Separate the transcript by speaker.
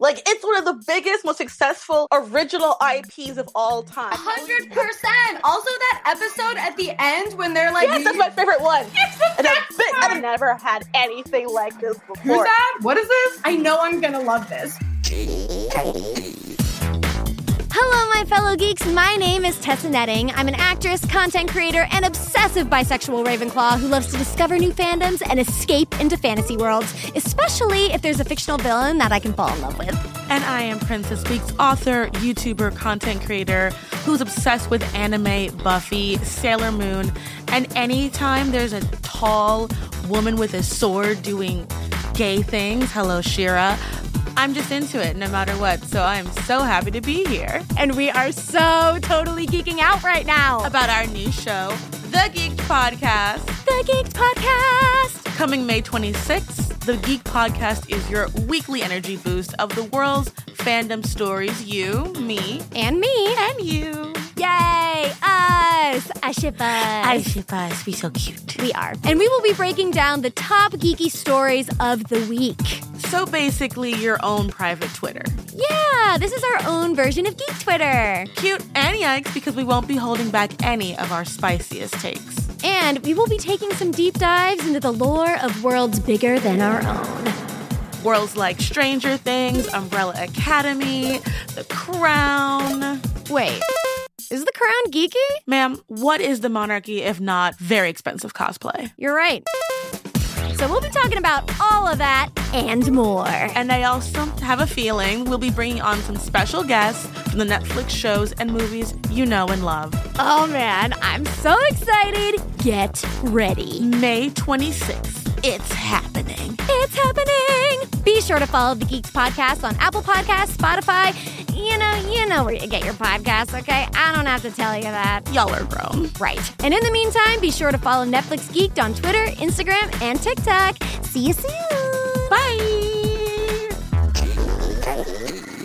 Speaker 1: Like it's one of the biggest, most successful original IPs of all time.
Speaker 2: hundred percent. Also, that episode at the end when they're like,
Speaker 1: Yes, that's my favorite one.
Speaker 2: It's the
Speaker 1: And I've,
Speaker 2: best
Speaker 1: been- I've
Speaker 2: part.
Speaker 1: never had anything like this
Speaker 2: Who's
Speaker 1: before.
Speaker 2: that? What is this? I know I'm gonna love this.
Speaker 3: Hello, my fellow geeks. My name is Tessa Netting. I'm an actress, content creator, and obsessive bisexual Ravenclaw who loves to discover new fandoms and escape into fantasy worlds, especially if there's a fictional villain that I can fall in love with.
Speaker 4: And I am Princess Speaks, author, YouTuber, content creator who's obsessed with anime, Buffy, Sailor Moon, and anytime there's a tall woman with a sword doing gay things, hello, Shira. I'm just into it no matter what, so I'm so happy to be here
Speaker 3: And we are so totally geeking out right now.
Speaker 4: about our new show, The Geeked Podcast.
Speaker 3: The Geeked Podcast.
Speaker 4: Coming May 26th, The Geek Podcast is your weekly energy boost of the world's fandom stories. You, me,
Speaker 3: And me.
Speaker 4: and you.
Speaker 3: Yay, us. I ship us.
Speaker 4: ship us. We so cute.
Speaker 3: we are. And we will be breaking down the top geeky stories of the week.
Speaker 4: So basically, your own private Twitter.
Speaker 3: Yeah, this is our own version of Geek Twitter.
Speaker 4: Cute and yikes because we won't be holding back any of our spiciest takes.
Speaker 3: And we will be taking some deep dives into the lore of worlds bigger than our own.
Speaker 4: Worlds like Stranger Things, Umbrella Academy, The Crown.
Speaker 3: Wait, is the crown geeky?
Speaker 4: Ma'am, what is the monarchy if not very expensive cosplay?
Speaker 3: You're right. So we'll be talking about all of that and more.
Speaker 4: And I also have a feeling we'll be bringing on some special guests from the Netflix shows and movies you know and love.
Speaker 3: Oh man, I'm so excited. Get ready.
Speaker 4: May 26th, it's happening.
Speaker 3: It's happening. Be sure to follow the Geeks Podcast on Apple Podcasts, Spotify. You know, you know where you get your podcasts, okay? I don't have to tell you that.
Speaker 4: Y'all are grown.
Speaker 3: Right. And in the meantime, be sure to follow Netflix Geeked on Twitter, Instagram, and TikTok. See you soon. Bye.